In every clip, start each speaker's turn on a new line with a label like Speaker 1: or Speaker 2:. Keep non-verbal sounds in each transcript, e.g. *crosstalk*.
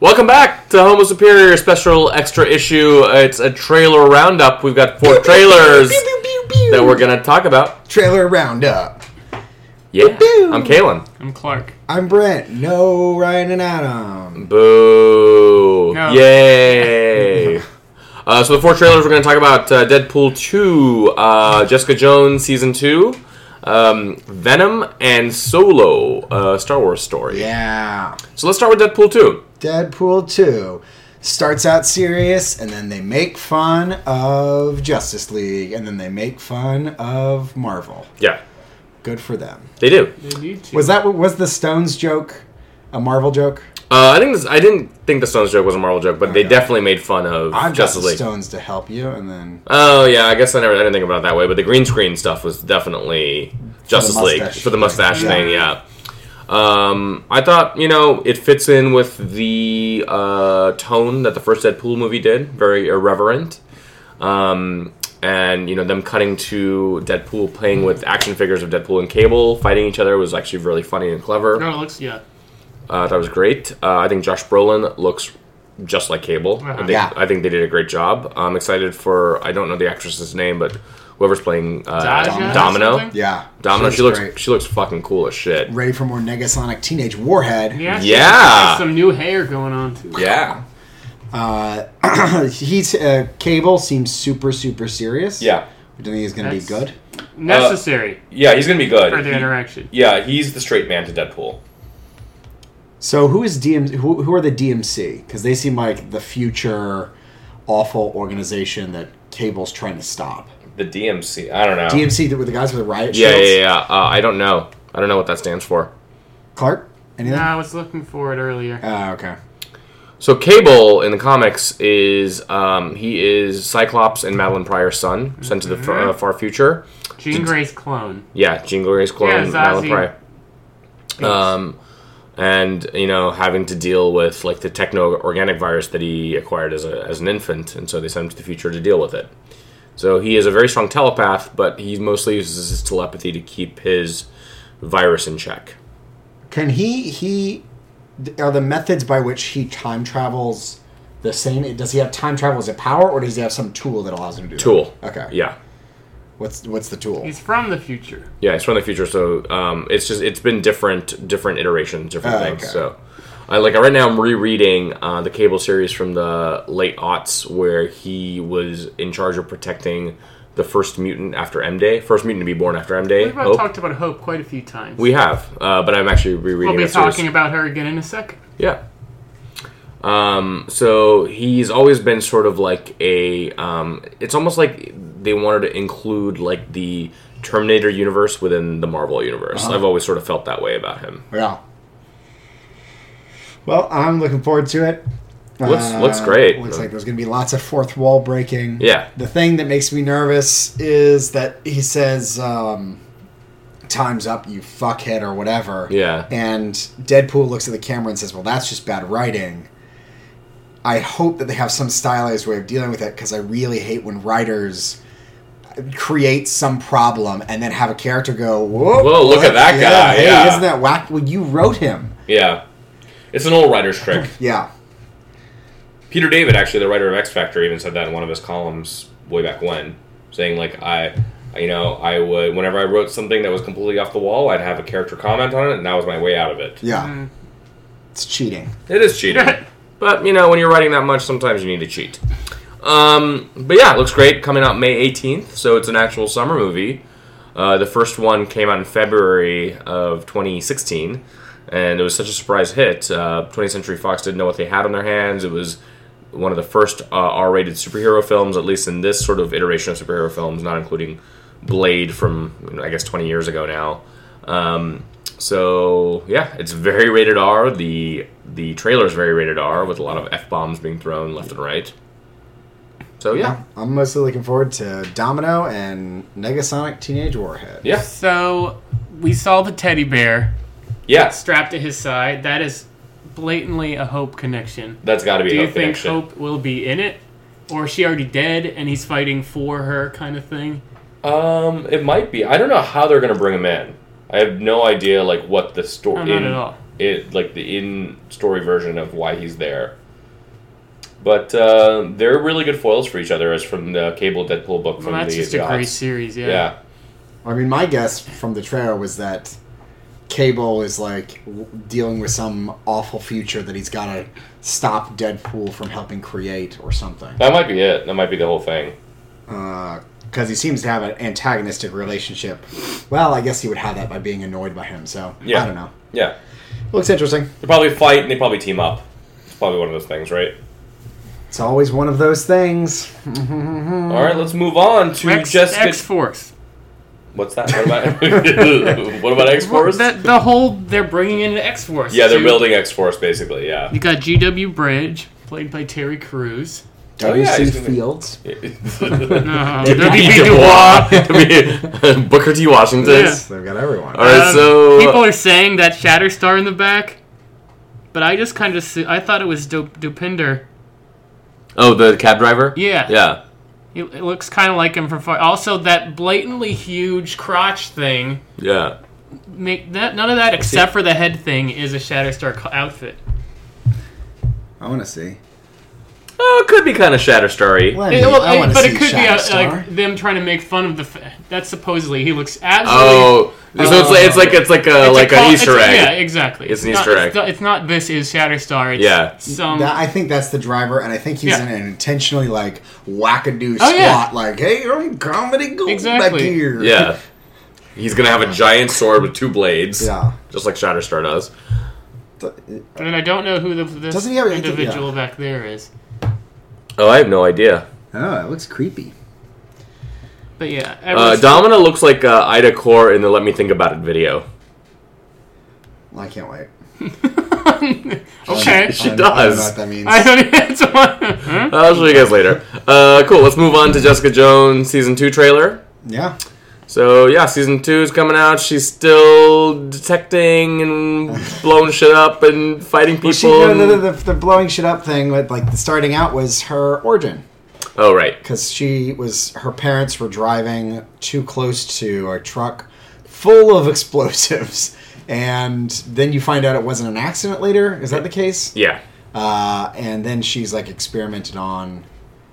Speaker 1: Welcome back to Homo Superior Special Extra Issue. It's a trailer roundup. We've got four trailers that we're going to talk about.
Speaker 2: Trailer roundup.
Speaker 1: Yeah. I'm Kalen.
Speaker 3: I'm Clark.
Speaker 2: I'm Brent. No Ryan and Adam.
Speaker 1: Boo.
Speaker 3: No.
Speaker 1: Yay. uh, so, the four trailers we're going to talk about uh, Deadpool 2, uh, Jessica Jones Season 2, um, Venom, and Solo, uh, Star Wars story.
Speaker 2: Yeah.
Speaker 1: So, let's start with Deadpool 2.
Speaker 2: Deadpool 2 starts out serious and then they make fun of Justice League and then they make fun of Marvel.
Speaker 1: Yeah,
Speaker 2: Good for them.
Speaker 1: they do.
Speaker 3: They need to.
Speaker 2: Was that what was the Stones joke? A Marvel joke?
Speaker 1: Uh, I think this, I didn't think the Stones joke was a Marvel joke, but they
Speaker 2: Okay.
Speaker 1: definitely made fun of
Speaker 2: I've got
Speaker 1: Justice
Speaker 2: the
Speaker 1: League.
Speaker 2: Stones to help you and then
Speaker 1: Oh yeah, I guess I never I didn't think about it that way, but the green screen stuff was definitely Justice League
Speaker 2: mustache
Speaker 1: for the
Speaker 2: thing.
Speaker 1: mustache
Speaker 2: Yeah.
Speaker 1: thing. Yeah. Um, I thought you know it fits in with the uh, tone that the first Deadpool movie did, very irreverent, um, and you know them cutting to Deadpool playing with action figures of Deadpool and Cable fighting each other was actually really funny and clever.
Speaker 3: No, it looks yeah.
Speaker 1: Uh, that was great. Uh, I think Josh Brolin looks just like Cable. I,
Speaker 3: Uh-huh.
Speaker 1: think,
Speaker 2: Yeah.
Speaker 1: I think they did a great job. I'm excited for I don't know the actress's name, but whoever's playing uh,
Speaker 3: Daja or
Speaker 1: Domino.
Speaker 3: something?
Speaker 2: yeah.
Speaker 1: Domino.
Speaker 2: She
Speaker 1: She looks
Speaker 2: great.
Speaker 1: she looks fucking cool as shit.
Speaker 2: ready for more Negasonic Teenage Warhead.
Speaker 3: Yeah. she
Speaker 1: Yeah.
Speaker 3: has, like, some new hair going on too.
Speaker 1: Yeah.
Speaker 2: Uh, *clears throat* he's uh, Cable seems super super serious.
Speaker 1: Yeah.
Speaker 2: which I think he's gonna be
Speaker 3: That's-
Speaker 2: good.
Speaker 3: Necessary
Speaker 1: Uh, Yeah. He's gonna be good.
Speaker 3: for the
Speaker 1: He-
Speaker 3: interaction.
Speaker 1: yeah, he's the straight man to Deadpool.
Speaker 2: So who is DM? Who, who are the DMC? Because they seem like the future awful organization that Cable's trying to stop.
Speaker 1: The DMC. I don't know.
Speaker 2: DMC that were the guys with the riot
Speaker 1: yeah, yeah,
Speaker 2: shields.
Speaker 1: yeah. yeah. Uh, I don't know. I don't know what that stands for.
Speaker 2: Clark, anything?
Speaker 3: Nah, I was looking for it earlier.
Speaker 2: Ah, okay.
Speaker 1: So Cable in the comics is um, he is Cyclops and Madeline Pryor's son, sent to
Speaker 3: Mm-hmm.
Speaker 1: the far, uh, far future.
Speaker 3: Jean Grey's clone.
Speaker 1: Yeah, Jean Gloria's clone,
Speaker 3: Yeah,
Speaker 1: Madeline
Speaker 3: Zazie.
Speaker 1: Pryor. Um, and you know, having to deal with like the techno organic virus that he acquired as a as an infant, and so they sent him to the future to deal with it. So he is a very strong telepath, but he mostly uses his telepathy to keep his virus in check.
Speaker 2: Can he he are the methods by which he time travels the same? Does he have time travel as a power, or does he have some tool that allows him to do that?
Speaker 1: Tool.
Speaker 2: Okay.
Speaker 1: Yeah.
Speaker 2: What's what's the tool?
Speaker 3: He's from the future.
Speaker 1: Yeah, it's from the future, so um, it's just it's been different different iterations, different
Speaker 2: Oh,
Speaker 1: things.
Speaker 2: okay.
Speaker 1: So, I like right now I'm rereading uh, the Cable series from the late aughts, where he was in charge of protecting the first mutant after M Day, first mutant to be born after M Day.
Speaker 3: We've
Speaker 1: Hope.
Speaker 3: talked about Hope quite a few times.
Speaker 1: we have, uh, but I'm actually rereading.
Speaker 3: will be
Speaker 1: that series.
Speaker 3: talking about her again in a second.
Speaker 1: Yeah. Um, so he's always been sort of like a. Um, it's almost like they wanted to include like the Terminator universe within the Marvel universe. I've always sort of felt that way about him.
Speaker 2: Yeah. Well, I'm looking forward to it. Uh,
Speaker 1: Looks- looks great.
Speaker 2: Looks like there's going to be lots of fourth wall breaking.
Speaker 1: Yeah.
Speaker 2: The thing that makes me nervous is that he says, um, "Time's up, you fuckhead," or whatever.
Speaker 1: Yeah.
Speaker 2: And Deadpool looks at the camera and says, "Well, that's just bad writing." I hope that they have some stylized way of dealing with it because I really hate when writers create some problem and then have a character go, "Whoa,
Speaker 1: Whoa, look at that guy,
Speaker 2: Hey,
Speaker 1: yeah."
Speaker 2: isn't that whack? Well, you wrote him."
Speaker 1: Yeah. It's an old writer's trick.
Speaker 2: Yeah.
Speaker 1: Peter David, actually, the writer of X Factor, even said that in one of his columns way back when, saying like I, you know, I would whenever I wrote something that was completely off the wall, I'd have a character comment on it, and that was my way out of it.
Speaker 2: Yeah. It's cheating.
Speaker 1: It is cheating, *laughs* but you know, when you're writing that much, sometimes you need to cheat. Um, but yeah, it looks great. Coming out May 18th, so it's an actual summer movie. Uh, the first one came out in February of 2016, and it was such a surprise hit. Uh, 20th Century Fox didn't know what they had on their hands. It was one of the first uh, R-rated superhero films, at least in this sort of iteration of superhero films, not including Blade from you know, I guess 20 years ago now. Um, so yeah, it's very rated R. The the trailer is very rated R with a lot of f-bombs being thrown left and right. So yeah,
Speaker 2: I'm mostly looking forward to Domino and Negasonic Teenage Warhead.
Speaker 1: yeah,
Speaker 3: So we saw the teddy bear
Speaker 1: yeah.
Speaker 3: strapped to his side. That is blatantly a Hope connection.
Speaker 1: That's got to be
Speaker 3: Do
Speaker 1: a
Speaker 3: you
Speaker 1: Hope
Speaker 3: think
Speaker 1: connection.
Speaker 3: Hope will be in it? Or is she already dead and he's fighting for her kind of thing?
Speaker 1: Um, it might be. I don't know how they're gonna bring him in. I have no idea, like what the
Speaker 3: No,
Speaker 1: story.
Speaker 3: Oh, not at all.
Speaker 1: it like the in story version of why he's there. But uh, they're really good foils for each other, as from the Cable Deadpool book from
Speaker 3: Well, that's
Speaker 1: the
Speaker 3: just
Speaker 1: the
Speaker 3: a great
Speaker 1: aughts.
Speaker 3: series, yeah.
Speaker 1: Yeah,
Speaker 2: I mean, my guess from the trailer was that Cable is like w- dealing with some awful future that he's got to stop Deadpool from helping create or something.
Speaker 1: that might be it. That might be the whole thing.
Speaker 2: Because he seems to have an antagonistic relationship. Well, I guess he would have that by being annoyed by him. So
Speaker 1: Yeah.
Speaker 2: I don't know.
Speaker 1: Yeah,
Speaker 2: Looks interesting.
Speaker 1: they probably fight and they probably team up. It's probably one of those things, right?
Speaker 2: It's always one of those things.
Speaker 1: All right, let's move on to
Speaker 3: Mm. X,
Speaker 1: Jessica.
Speaker 3: X Force.
Speaker 1: What's
Speaker 3: *laughs*
Speaker 1: that? What about *laughs* what about X Force?
Speaker 3: That the whole they're bringing in X Force.
Speaker 1: Yeah, they're building X Force basically. Yeah.
Speaker 3: *laughs* You got GW Bridge, played by Terry
Speaker 1: *laughs*
Speaker 3: Crews.
Speaker 1: Oh, yeah,
Speaker 2: W.C.
Speaker 1: he's gonna-
Speaker 2: Fields.
Speaker 3: No,
Speaker 1: W.B.
Speaker 3: WB
Speaker 1: Du
Speaker 3: Uh, Dubois.
Speaker 1: Bois. *laughs* W- *laughs* Booker T. Washington.
Speaker 3: Yeah.
Speaker 2: They've got everyone.
Speaker 1: All right,
Speaker 3: Um,
Speaker 1: so
Speaker 3: people are saying that Shatterstar in the back, but I just kind of see, I thought it was du- Dupinder.
Speaker 1: oh, the cab driver.
Speaker 3: Yeah.
Speaker 1: Yeah.
Speaker 3: It, it looks kind of like him from far. Also, that blatantly huge crotch thing.
Speaker 1: Yeah.
Speaker 3: Make that none of that except for the head thing is a Shatterstar co- outfit.
Speaker 2: I want to see.
Speaker 1: Oh, it could be kind of Shatterstarry.
Speaker 2: Well, I
Speaker 3: It-
Speaker 2: mean,
Speaker 3: well,
Speaker 2: I
Speaker 3: it-
Speaker 2: wanna
Speaker 3: but it
Speaker 2: see
Speaker 3: could be uh,
Speaker 2: Shatterstar.
Speaker 3: like them trying to make fun of the. Fa- that supposedly he looks absolutely.
Speaker 1: Oh, so it's like it's like it's like a
Speaker 3: it's a
Speaker 1: Oh, like
Speaker 3: call-
Speaker 1: an Easter
Speaker 3: it's a-
Speaker 1: egg.
Speaker 3: Yeah, exactly.
Speaker 1: It's an
Speaker 3: not-
Speaker 1: Easter egg.
Speaker 3: It's not, it's not this is Shatterstar. It's
Speaker 1: Yeah.
Speaker 3: Some.
Speaker 2: That- I think that's the driver, and I think he's
Speaker 3: Yeah.
Speaker 2: in an intentionally like wackadoo
Speaker 3: Oh,
Speaker 2: squat,
Speaker 3: yeah.
Speaker 2: like "Hey, I'm comedy gold back
Speaker 3: Exactly.
Speaker 2: here."
Speaker 1: Yeah. He's gonna have a giant sword with two blades.
Speaker 2: yeah.
Speaker 1: Just like Shatterstar does.
Speaker 3: and then I don't know who the, this
Speaker 2: Doesn't he have- I think-
Speaker 3: individual back there is.
Speaker 1: Oh, I have no idea.
Speaker 2: Oh, it looks creepy.
Speaker 3: But yeah,
Speaker 1: Uh,
Speaker 3: everyone's- *laughs*
Speaker 1: Domina looks like uh, Ida Core in the "Let Me Think About It" video.
Speaker 2: I can't wait.
Speaker 3: okay.
Speaker 1: She
Speaker 2: I don't- I don't know
Speaker 1: does.
Speaker 2: what that means.
Speaker 3: I don't even. someone- Huh?
Speaker 1: I'll show you guys later. *laughs* Uh, cool. Let's move on to Jessica Jones season two trailer.
Speaker 2: yeah.
Speaker 1: So yeah, season two is coming out. She's still detecting and blowing shit up and fighting people.
Speaker 2: She, you know,
Speaker 1: and-
Speaker 2: the, the, the blowing shit up thing with like the starting out was her origin
Speaker 1: oh right.
Speaker 2: because she was her parents were driving too close to a truck full of *laughs* explosives, and then you find out it wasn't an accident later. Is that the case?
Speaker 1: Yeah.
Speaker 2: Uh, and then she's like experimented on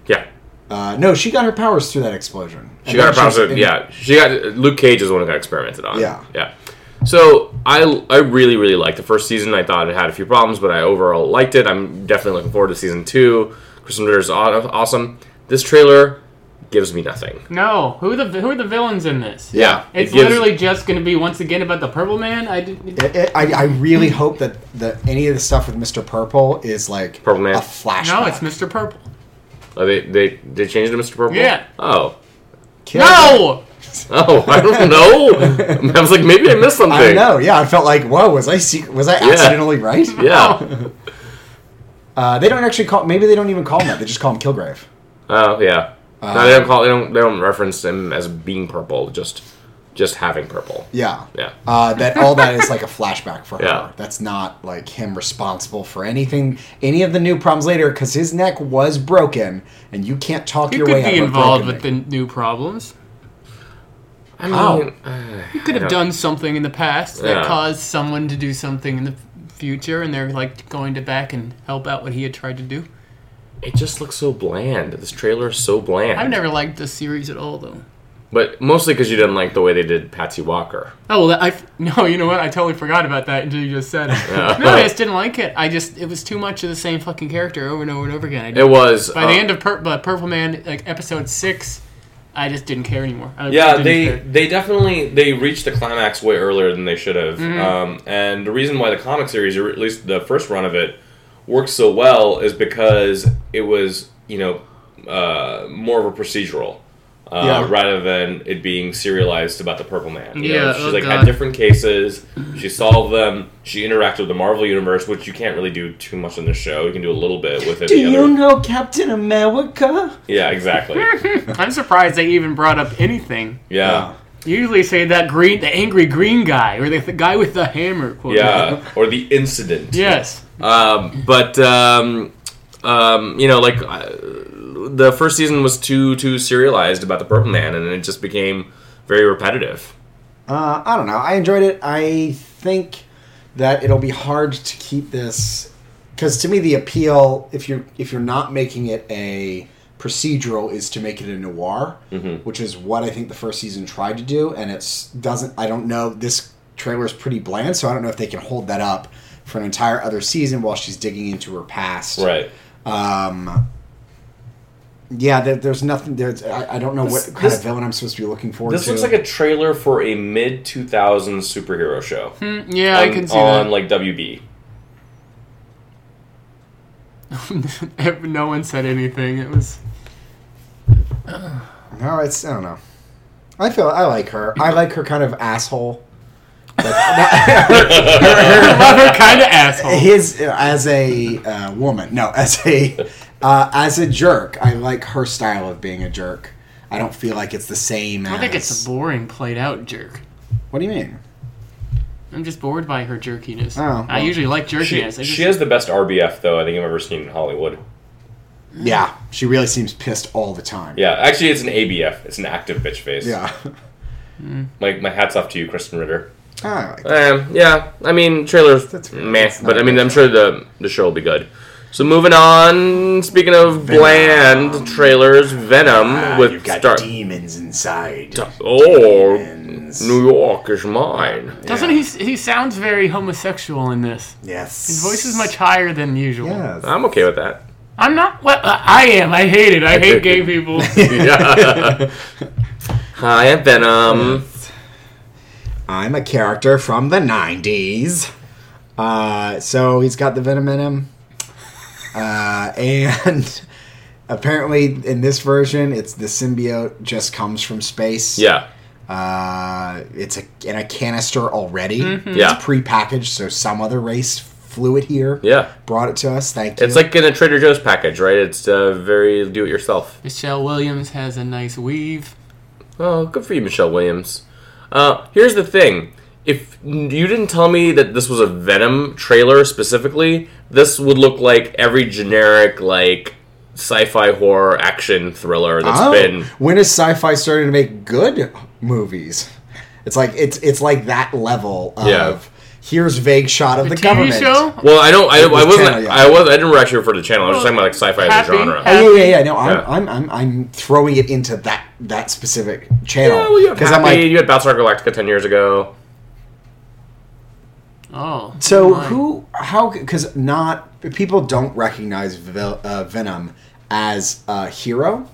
Speaker 1: Yeah.
Speaker 2: Uh, no, she got her powers through that explosion.
Speaker 1: She got her powers. Yeah, she got Luke Cage is the one who got experimented on.
Speaker 2: Yeah.
Speaker 1: yeah. So I I really really liked the first season. I thought it had a few problems, but I overall liked it. I'm definitely looking forward to season two. Kristen Ritter is aw- awesome. This trailer gives me nothing.
Speaker 3: No, who the who are the villains in this?
Speaker 2: Yeah.
Speaker 1: it
Speaker 3: It's
Speaker 1: gives-
Speaker 3: literally just going to be once again about the Purple Man. I did,
Speaker 2: It, it- I, I really hope that the, any of the stuff with Mr. Purple is like
Speaker 1: Purple Man.
Speaker 2: a flashback.
Speaker 3: no, it's Mr. Purple.
Speaker 1: Oh, they they they changed it to Mr. Purple.
Speaker 3: Yeah.
Speaker 1: Oh.
Speaker 2: Kill him.
Speaker 3: No,
Speaker 1: Oh, I don't
Speaker 2: *laughs*
Speaker 1: know. I was like, maybe I missed something.
Speaker 2: I know. Yeah, I felt like, whoa, was I secret? Was I accidentally right?
Speaker 3: Oh.
Speaker 1: Yeah.
Speaker 2: Uh, they don't actually call. Maybe they don't even call him that. They just call him Kilgrave.
Speaker 1: *laughs* Oh, yeah. no,
Speaker 3: Um,
Speaker 1: they don't call. They don't. They don't reference him as being purple. Just, just having purple.
Speaker 2: Yeah.
Speaker 1: Yeah.
Speaker 2: Uh, that all that is
Speaker 3: *laughs*
Speaker 2: like a flashback for
Speaker 1: Yeah.
Speaker 2: her. That's not like him responsible for anything, any of the new problems later, because his neck was broken, and you can't talk
Speaker 3: you
Speaker 2: your way
Speaker 3: could
Speaker 2: out
Speaker 3: be
Speaker 2: of a
Speaker 3: involved
Speaker 2: broken
Speaker 3: with the
Speaker 2: neck.
Speaker 3: new problems.
Speaker 1: I
Speaker 2: How?
Speaker 1: mean, uh,
Speaker 3: You could
Speaker 1: Yeah.
Speaker 3: have done something in the past
Speaker 1: Yeah.
Speaker 3: that caused someone to do something in the f- future, and they're like going to back and help out what he had tried to do.
Speaker 1: it just looks so bland. This trailer is so bland.
Speaker 3: I've never liked this series at all, though.
Speaker 1: But mostly because you didn't like the way they did Patsy Walker.
Speaker 3: Oh well, I *laughs* no, you know what? I totally forgot about that until you just said it. No, I just didn't like it. I just it was too much of the same fucking character over and over and over again. I
Speaker 1: It uh, was um,
Speaker 3: By the end of Pur- but Purple Man, like episode six, I just didn't care anymore. I
Speaker 1: Yeah,
Speaker 3: didn't
Speaker 1: they
Speaker 3: care.
Speaker 1: they definitely they reached the climax way earlier than they should have.
Speaker 3: Mm-hmm.
Speaker 1: Um, and the reason why the comic series, or at least the first run of it, works so well is because it was you know uh, more of a procedural. Uh,
Speaker 2: Yeah.
Speaker 1: Rather than it being serialized about the Purple Man, You know,
Speaker 3: Yeah,
Speaker 1: she's
Speaker 3: oh
Speaker 1: like had
Speaker 3: God.
Speaker 1: different cases. She solved them. She interacted with the Marvel universe, which you can't really do too much in the show. You can do a little bit with it. the other-
Speaker 2: know Captain America?
Speaker 1: Yeah,
Speaker 3: *laughs*
Speaker 1: exactly.
Speaker 3: I'm surprised they even brought up anything.
Speaker 1: Yeah,
Speaker 3: You usually say that green, the angry green guy, or the, the guy with the hammer. Quote
Speaker 1: yeah, or the incident.
Speaker 3: Yes.
Speaker 1: Um, but um, um, you know, like uh, the first season was too too serialized about the Purple Man, and it just became very repetitive.
Speaker 2: Uh, I don't know. I enjoyed it. I think that it'll be hard to keep this because to me the appeal if you're if you're not making it a procedural is to make it a noir
Speaker 1: Mm-hmm.
Speaker 2: which is what i think the first season tried to do and it's doesn't i don't know this trailer is pretty bland so i don't know if they can hold that up for an entire other season while she's digging into her past
Speaker 1: Right.
Speaker 2: um yeah there, there's nothing there's i, I don't know
Speaker 1: This-
Speaker 2: what kind
Speaker 1: this-
Speaker 2: of villain i'm supposed to be looking forward
Speaker 1: This
Speaker 2: to
Speaker 1: looks like a trailer for a mid 2000s superhero show.
Speaker 3: Mm, Yeah, Hmm. I
Speaker 1: on-
Speaker 3: can see
Speaker 1: on like WB.
Speaker 3: *laughs* that. no one said anything. It was.
Speaker 1: *laughs*
Speaker 2: No, it's I don't know. I feel I like her. I like her kind of asshole. Like, not-
Speaker 3: Another kind of
Speaker 1: Oh.
Speaker 3: asshole.
Speaker 2: his as a uh, woman, no, *laughs* as a uh, as a jerk. I like her style of being a jerk. I don't feel like it's the same.
Speaker 3: I
Speaker 2: as,
Speaker 3: think it's a boring, played out jerk.
Speaker 2: What do you mean?
Speaker 3: I'm just bored by her jerkiness.
Speaker 2: Oh,
Speaker 3: I
Speaker 2: well.
Speaker 3: usually like
Speaker 1: She,
Speaker 3: jerkiness. I just,
Speaker 1: she has the best RBF though I think I've ever seen in Hollywood.
Speaker 2: Yeah, she really seems pissed all the time.
Speaker 1: Yeah, actually it's an ABF. It's an active bitch face.
Speaker 2: yeah. *laughs*
Speaker 1: Like my hats off to you, Kristen Ritter.
Speaker 2: I like
Speaker 1: Um, yeah, I mean trailers
Speaker 2: That's-
Speaker 1: meh,
Speaker 2: that's not
Speaker 1: but I mean
Speaker 2: good.
Speaker 1: I'm sure the the show will be good. So moving on, speaking of bland trailers, Venom with
Speaker 2: You've Ah, got
Speaker 1: Star.
Speaker 2: demons inside.
Speaker 1: Oh,
Speaker 2: Demons.
Speaker 1: New York is mine.
Speaker 3: doesn't he? He sounds very homosexual in this.
Speaker 2: Yes.
Speaker 3: His voice is much higher than usual.
Speaker 2: Yes.
Speaker 1: I'm okay with
Speaker 2: *laughs*
Speaker 1: that. *laughs*
Speaker 3: I'm not. Well, I am. I hate it. I hate gay
Speaker 1: *laughs*
Speaker 3: people.
Speaker 1: Hi, I'm Venom.
Speaker 2: I'm a character from the 90s. Uh, so he's got the venom in him. Uh, and *laughs* apparently, in this version, it's the symbiote just comes from space.
Speaker 1: Yeah,
Speaker 2: Uh, it's a, in a canister already.
Speaker 1: Yeah.
Speaker 2: It's prepackaged, so some other race flew it here.
Speaker 1: yeah.
Speaker 2: Brought it to us. Thank you.
Speaker 1: It's like in a Trader Joe's package, right? It's uh, very do-it-yourself.
Speaker 3: Michelle Williams has a nice weave.
Speaker 1: Oh, good for you, Michelle Williams. Uh, here's the thing: if you didn't tell me that this was a Venom trailer specifically, this would look like every generic like sci-fi horror action thriller that's
Speaker 2: Oh,
Speaker 1: been.
Speaker 2: when is sci-fi starting to make good movies? It's like it's it's like that level of
Speaker 1: Yeah.
Speaker 2: here's vague shot of the,
Speaker 3: TV
Speaker 2: government.
Speaker 3: show.
Speaker 1: Well, I don't. I, I
Speaker 2: was
Speaker 1: wasn't.
Speaker 2: channel, yeah.
Speaker 1: I was. I didn't actually refer to the channel. I was just
Speaker 3: Well,
Speaker 1: talking about like sci-fi as a
Speaker 3: happy-
Speaker 1: genre.
Speaker 3: happy-
Speaker 2: Oh, yeah, yeah, yeah. No, I'm,
Speaker 1: Yeah.
Speaker 2: I'm, I'm, I'm throwing it into that that specific
Speaker 1: Yeah, well,
Speaker 2: channel
Speaker 1: you had Happy.
Speaker 2: I'm like,
Speaker 1: you had Battlestar Galactica ten years ago.
Speaker 3: Oh.
Speaker 2: so
Speaker 3: my.
Speaker 2: who, how, because not people don't recognize Vel, uh, Venom as a hero.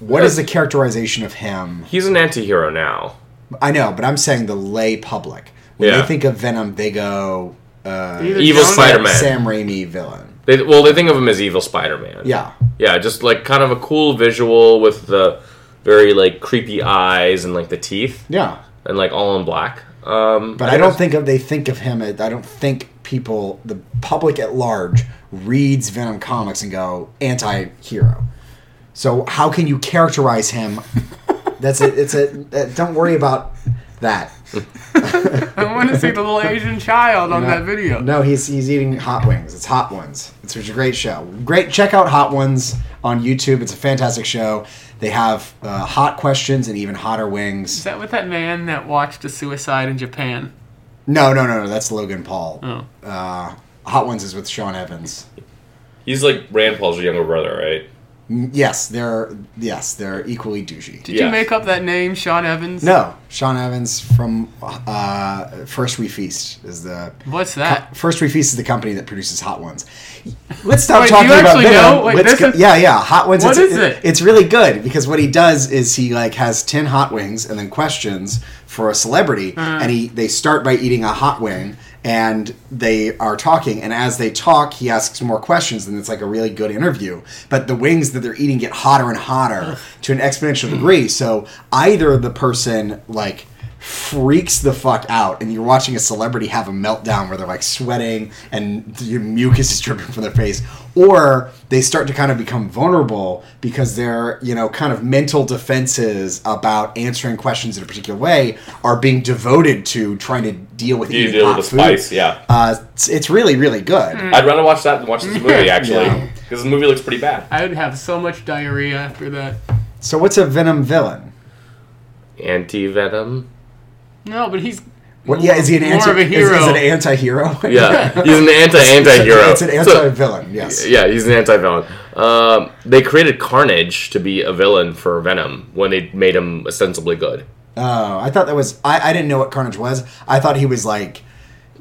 Speaker 2: What is the characterization of him?
Speaker 1: He's an anti-hero now.
Speaker 2: I know, but I'm saying the lay public. When
Speaker 1: Yeah.
Speaker 2: they think of Venom, they go uh,
Speaker 3: Either
Speaker 1: Evil
Speaker 3: John-
Speaker 1: Spider- Spider-Man.
Speaker 2: Sam Raimi villain.
Speaker 1: They, well, they think of him as evil Spider-Man.
Speaker 2: Yeah.
Speaker 1: Yeah, just like kind of a cool visual with the very like creepy eyes and like the teeth
Speaker 2: Yeah.
Speaker 1: and like all in black. Um,
Speaker 2: But I don't think of they think of him as I don't think people the public at large reads Venom comics and go anti-hero. So how can you characterize *laughs* him? That's it. It's a uh, don't worry about that.
Speaker 3: *laughs* I want to see the little Asian child on that video.
Speaker 2: No, he's he's eating hot wings. It's Hot Ones. It's, it's a great show. Great. Check out Hot Ones on YouTube. It's a fantastic show. They have uh, hot questions and even hotter wings.
Speaker 3: Is that with that man that watched a suicide in Japan?
Speaker 2: No, no, no, no. That's Logan Paul.
Speaker 3: Oh.
Speaker 2: Uh, Hot Ones is with Sean Evans.
Speaker 1: he's like Rand Paul's younger brother, right?
Speaker 2: Mm, Yes, they're yes, they're equally douchey.
Speaker 3: Did
Speaker 1: Yeah.
Speaker 3: you make up that name, Sean Evans?
Speaker 2: No, Sean Evans from uh, First We Feast is the
Speaker 3: What's that?
Speaker 2: First We Feast is the company that produces Hot Ones. Let's stop
Speaker 3: Wait, do
Speaker 2: talking
Speaker 3: you
Speaker 2: about
Speaker 3: actually
Speaker 2: Venom.
Speaker 3: know? Wait,
Speaker 2: Let's
Speaker 3: this
Speaker 2: go-
Speaker 3: is-
Speaker 2: yeah, yeah, Hot Ones.
Speaker 3: What
Speaker 2: it's,
Speaker 3: is it?
Speaker 2: It's really good because what he does is he like has ten hot wings and then questions for a celebrity,
Speaker 3: Hmm.
Speaker 2: and he they start by eating a hot wing. And they are talking, and as they talk, he asks more questions, and it's like a really good interview. But the wings that they're eating get hotter and hotter to an exponential
Speaker 3: Hmm.
Speaker 2: degree. So either the person like freaks the fuck out and you're watching a celebrity have a meltdown where they're like sweating and your mucus is dripping from their face or they start to kind of become vulnerable because their you know kind of mental defenses about answering questions in a particular way are being devoted to trying to deal with
Speaker 1: You
Speaker 2: eating
Speaker 1: deal
Speaker 2: hot
Speaker 1: with the
Speaker 2: food.
Speaker 1: spice, yeah.
Speaker 2: uh, it's, it's really really good
Speaker 3: Hmm.
Speaker 1: I'd rather watch that than watch this movie actually,
Speaker 2: *laughs* Yeah.
Speaker 1: because the movie looks pretty bad.
Speaker 3: I would have so much diarrhea after that.
Speaker 2: so what's a venom villain
Speaker 1: Anti Venom.
Speaker 3: No, but he's
Speaker 2: What, yeah, is he an
Speaker 3: More
Speaker 2: anti?
Speaker 3: of a
Speaker 2: Is, is
Speaker 3: hero.
Speaker 2: it an anti-hero? *laughs*
Speaker 1: Yeah, he's an anti-anti-hero.
Speaker 2: it's an
Speaker 1: So-
Speaker 2: anti-villain. yes.
Speaker 1: Yeah, he's an anti-villain. Um, they created Carnage to be a villain for Venom when they made him ostensibly good.
Speaker 2: Oh, I thought that was. I, I didn't know what Carnage was. I thought he was like,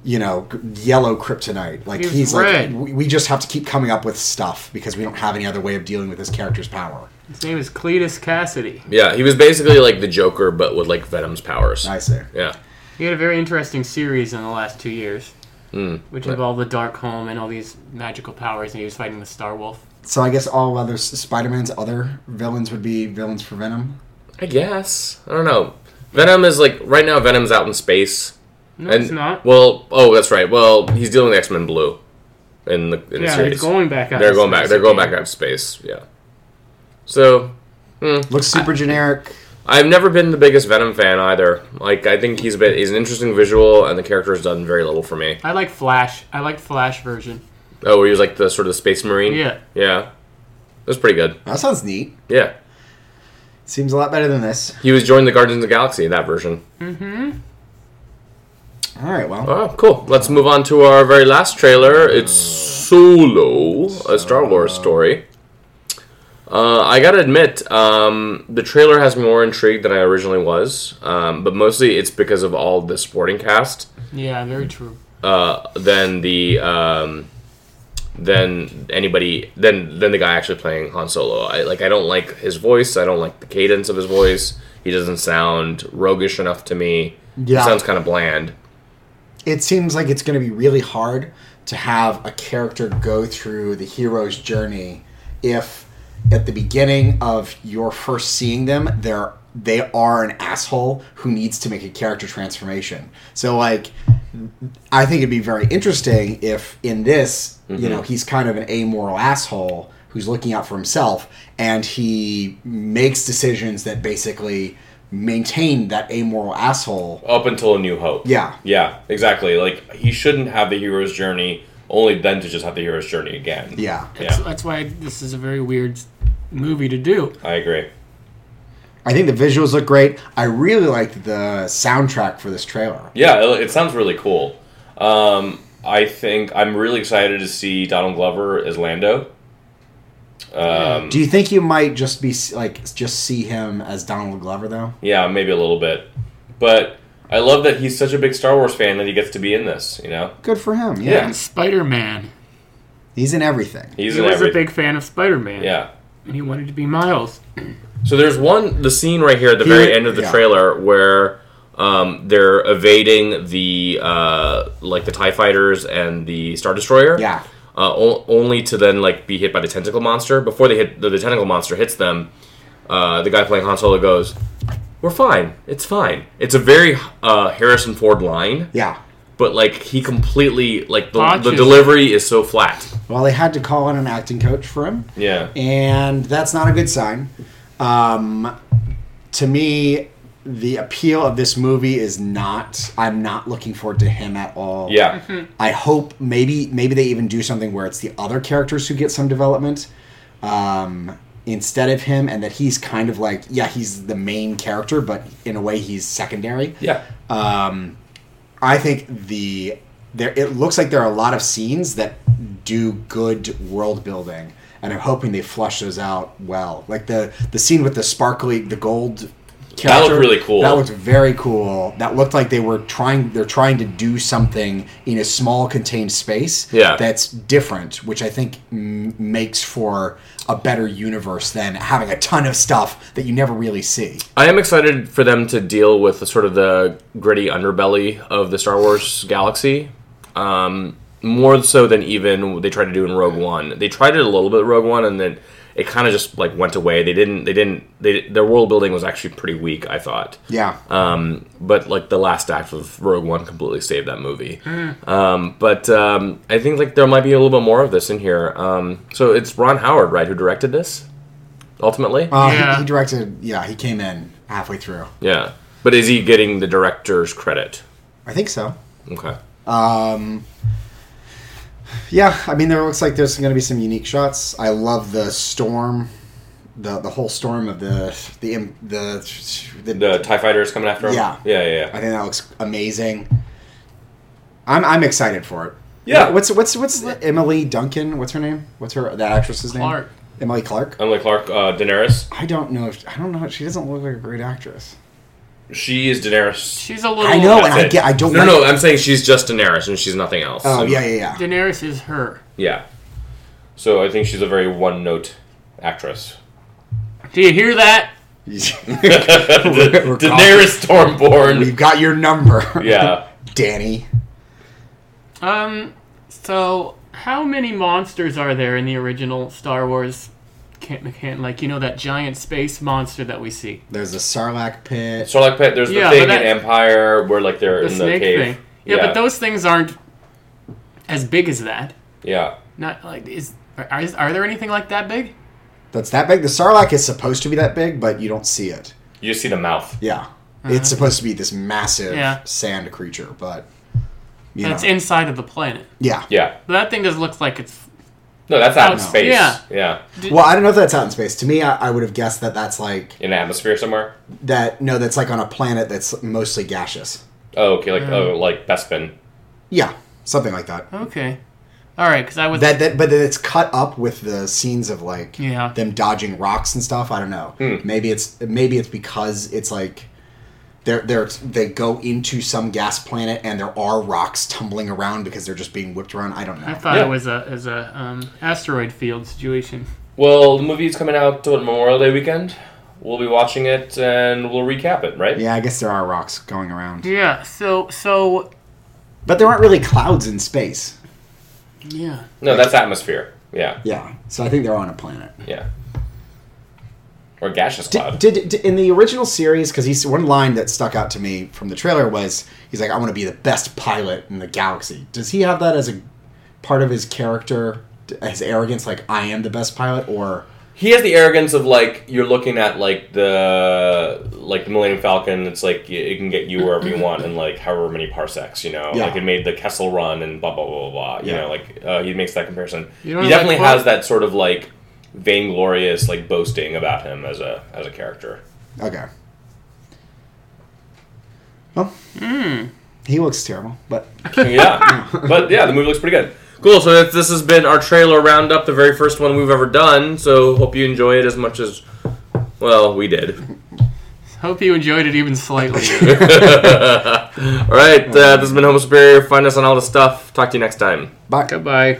Speaker 2: you know, g- yellow kryptonite. Like
Speaker 3: He was
Speaker 2: he's
Speaker 3: red.
Speaker 2: like, we, we just have to keep coming up with stuff because we don't have any other way of dealing with this character's power.
Speaker 3: His name is Cletus Cassidy.
Speaker 1: Yeah, he was basically like the Joker, but with like Venom's powers.
Speaker 2: I see.
Speaker 1: Yeah,
Speaker 3: He had a very interesting series in the last two years,
Speaker 1: Hmm.
Speaker 3: which involved the Dark Home and all these magical powers, and he was fighting the Star Wolf.
Speaker 2: So I guess all other S- Spider-Man's other villains would be villains for Venom.
Speaker 1: I guess. I don't know. Venom is like right now. Venom's out in space.
Speaker 3: No,
Speaker 1: and
Speaker 3: it's not.
Speaker 1: Well, oh, that's right. Well, he's dealing with X Men Blue in the in the
Speaker 3: yeah,
Speaker 1: series.
Speaker 3: he's going back out.
Speaker 1: they're
Speaker 3: to
Speaker 1: going back.
Speaker 3: space
Speaker 1: They're going
Speaker 3: again.
Speaker 1: back out of space. Yeah. So
Speaker 2: Looks super *laughs* generic.
Speaker 1: I've never been the biggest Venom fan either. Like I think he's a bit. He's an interesting visual, and the character has done very little for me.
Speaker 3: I like Flash. I like Flash version.
Speaker 1: Oh, where he was like the sort of the space marine.
Speaker 3: Yeah.
Speaker 1: Yeah. It was pretty good.
Speaker 2: That sounds neat.
Speaker 1: Yeah.
Speaker 2: Seems a lot better than this.
Speaker 1: He was joined the Guardians of the Galaxy in that version.
Speaker 2: All right. Well,
Speaker 1: Oh, cool. Let's move on to our very last trailer. It's Solo, a Star Wars story. Uh, I gotta admit, um, the trailer has me more intrigued than I originally was, um, but mostly it's because of all the sporting cast
Speaker 3: Yeah, very true.
Speaker 1: uh, than the um, than anybody than than the guy actually playing Han Solo. I like I don't like his voice. I don't like the cadence of his voice. He doesn't sound roguish enough to me.
Speaker 2: Yeah.
Speaker 1: He sounds kind of bland.
Speaker 2: it seems like it's going to be really hard to have a character go through the hero's journey if at the beginning of your first seeing them they're they are an asshole who needs to make a character transformation so like i think it'd be very interesting if in this you know he's kind of an amoral asshole who's looking out for himself and he makes decisions that basically maintain that amoral asshole
Speaker 1: Up until A New Hope.
Speaker 2: yeah
Speaker 1: Yeah, exactly. Like he shouldn't have the hero's journey, only then to just have the hero's journey again.
Speaker 2: yeah
Speaker 1: Yeah.
Speaker 3: So that's why this is a very weird movie to do.
Speaker 1: I agree.
Speaker 2: I think the visuals look great. I really liked the soundtrack for this trailer.
Speaker 1: Yeah, it, it sounds really cool. Um, I think I'm really excited to see Donald Glover as Lando.
Speaker 3: Hmm.
Speaker 1: Um,
Speaker 2: Do you think you might just be like just see him as Donald Glover though?
Speaker 1: yeah, maybe a little bit, but I love that he's such a big Star Wars fan that he gets to be in this. You know,
Speaker 2: Good for him. Yeah,
Speaker 1: Yeah.
Speaker 3: Spider Man.
Speaker 2: he's in everything.
Speaker 1: he's
Speaker 3: He
Speaker 1: in
Speaker 3: was
Speaker 1: every.
Speaker 3: a big fan of Spider Man.
Speaker 1: yeah.
Speaker 3: And he wanted to be Miles.
Speaker 1: So there's one the scene right here at the very
Speaker 2: Here-
Speaker 1: end of the
Speaker 2: yeah.
Speaker 1: trailer where um, they're evading the uh, like the Tie Fighters and the Star Destroyer.
Speaker 2: Yeah.
Speaker 1: Uh, o- only to then like be hit by the tentacle monster. Before they hit the, the tentacle monster hits them, uh, the guy playing Han Solo goes, "We're fine. It's fine." It's a very uh, Harrison Ford line,
Speaker 2: Yeah.
Speaker 1: but like he completely like the,
Speaker 3: Botches
Speaker 1: the
Speaker 3: it.
Speaker 1: delivery is so flat.
Speaker 2: Well, they had to call in an acting coach for him,
Speaker 1: Yeah.
Speaker 2: and that's not a good sign. Um, to me, the appeal of this movie is not. I'm not looking forward to him at all.
Speaker 1: Yeah.
Speaker 2: I hope maybe maybe they even do something where it's the other characters who get some development um, instead of him, and that he's kind of like yeah he's the main character, but in a way he's secondary.
Speaker 1: Yeah.
Speaker 2: Um, I think the there it looks like there are a lot of scenes that do good world building, and I'm hoping they flush those out well. Like the the scene with the sparkly the gold.
Speaker 1: That looked
Speaker 2: character,
Speaker 1: really cool.
Speaker 2: That looked very cool. That looked like they were trying. They're trying to do something in a small contained space.
Speaker 1: Yeah.
Speaker 2: that's different, which I think m- makes for a better universe than having a ton of stuff that you never really see.
Speaker 1: I am excited for them to deal with the sort of the gritty underbelly of the Star Wars galaxy, um, more so than even they tried to do in Rogue One. They tried it a little bit in Rogue One, and then it kind of just like went away. They didn't. They didn't. They, their world building was actually pretty weak. I thought.
Speaker 2: Yeah,
Speaker 1: Um, but like the last act of Rogue One completely saved that movie. Um, but um, I think like there might be a little bit more of this in here. Um, so it's Ron Howard, right, who directed this ultimately.
Speaker 2: Uh, he-
Speaker 3: Yeah.
Speaker 2: he, directed. Yeah, he came in halfway through.
Speaker 1: Yeah. But is he getting the director's credit?
Speaker 2: I think so.
Speaker 1: Okay.
Speaker 2: Yeah, I mean, there looks like there's going to be some unique shots. I love the storm the the whole storm of the the im- the, the,
Speaker 1: The Tie Fighter is coming after him.
Speaker 2: Yeah.
Speaker 1: yeah, yeah.
Speaker 2: I
Speaker 1: yeah.
Speaker 2: think that looks amazing. I'm I'm excited for it.
Speaker 1: Yeah.
Speaker 2: What's what's what's the- Emily Duncan? What's her name? What's her that actress's name?
Speaker 3: Clark.
Speaker 2: Emily Clark.
Speaker 1: Emily Clark, uh, Daenerys.
Speaker 2: I don't know if I don't know. She doesn't look like a great actress.
Speaker 1: She is Daenerys.
Speaker 3: She's a little.
Speaker 2: I know,
Speaker 1: that's
Speaker 2: and I
Speaker 1: it.
Speaker 2: get. I don't.
Speaker 1: No,
Speaker 2: like,
Speaker 1: no, I'm saying she's just Daenerys and she's nothing else.
Speaker 2: Oh
Speaker 1: So- *laughs*
Speaker 2: yeah, yeah, yeah.
Speaker 3: Daenerys is her.
Speaker 1: yeah. So I think she's a very one-note
Speaker 2: *laughs*
Speaker 1: actress. *laughs*
Speaker 3: Do you hear that?
Speaker 2: We're
Speaker 1: Daenerys Stormborn.
Speaker 2: We've got your number.
Speaker 1: Yeah.
Speaker 2: *laughs* Danny.
Speaker 3: Um. So, how many monsters are there in the original Star Wars? Can't, can't like you know that giant space monster that we see.
Speaker 2: There's a Sarlacc pit.
Speaker 1: Starlight Pit. There's
Speaker 3: Yeah,
Speaker 1: the thing
Speaker 3: but that-
Speaker 1: in Empire where like they're
Speaker 3: The
Speaker 1: in the
Speaker 3: snake
Speaker 1: cave.
Speaker 3: thing. Yeah, but those things aren't as big as that.
Speaker 1: Yeah.
Speaker 3: Not like is are, is are there anything like that big?
Speaker 2: That's that big. The Sarlacc is supposed to be that big, but you don't see it.
Speaker 1: You just see the mouth.
Speaker 2: Yeah. It's supposed to be this massive
Speaker 3: Uh-huh. Yeah.
Speaker 2: sand creature, but you
Speaker 3: That's
Speaker 2: know.
Speaker 3: inside of the planet.
Speaker 2: yeah.
Speaker 1: Yeah.
Speaker 3: But that thing just looks like it's
Speaker 1: No, that's out in
Speaker 3: Outs-
Speaker 1: space.
Speaker 3: Oh, yeah.
Speaker 1: Yeah.
Speaker 2: Well, I don't know if that's out in space. To me, I, I would have guessed that that's like
Speaker 1: In an atmosphere somewhere.
Speaker 2: that. No, that's like on a planet that's mostly gaseous.
Speaker 1: Oh, okay. Like oh, like Bespin.
Speaker 2: Yeah, something like that.
Speaker 3: okay. All right, because I was
Speaker 2: That, that, but then it's cut up with the scenes of like
Speaker 3: Yeah.
Speaker 2: them dodging rocks and stuff. I don't know. Maybe it's maybe it's because it's like they're they're they go into some gas planet and there are rocks tumbling around because they're just being whipped around. I don't know.
Speaker 3: I thought
Speaker 1: Yeah.
Speaker 3: it was a as a um, asteroid field situation.
Speaker 1: Well, the movie's coming out on Memorial Day weekend. We'll be watching it and we'll recap it, right?
Speaker 2: yeah, I guess there are rocks going around,
Speaker 3: Yeah. So so
Speaker 2: but there aren't really clouds in space.
Speaker 3: yeah.
Speaker 1: No, that's atmosphere. Yeah.
Speaker 2: Yeah, so I think they're on a planet.
Speaker 1: Yeah. Or gaseous
Speaker 2: Did,
Speaker 1: cloud.
Speaker 2: did, did- in the original series because he's one line that stuck out to me from the trailer was he's like I want to be the best pilot in the galaxy. Does he have that as a part of his character, his arrogance, like I am the best pilot, or
Speaker 1: he has the arrogance of like you're looking at like the like the Millennium Falcon. It's like y- it can get you wherever you want in like however many parsecs. You know,
Speaker 2: Yeah.
Speaker 1: like it made the Kessel Run and blah blah blah blah. blah. You
Speaker 2: Yeah.
Speaker 1: know, like uh, he makes that comparison.
Speaker 3: You
Speaker 1: he
Speaker 3: don't know that
Speaker 1: definitely
Speaker 3: quote?
Speaker 1: has that sort of like vainglorious like boasting about him as a as a character.
Speaker 2: okay? Well, he looks terrible, but
Speaker 1: *laughs* yeah, but yeah, the movie looks pretty good. Cool. So that's, this has been our trailer roundup, the very first one we've ever done. So hope you enjoy it as much as well we did. *laughs*
Speaker 3: Hope you enjoyed it even slightly.
Speaker 1: all right, uh, this has been Homo Superior. Find us on all the stuff. Talk to you next time.
Speaker 2: but
Speaker 3: Goodbye.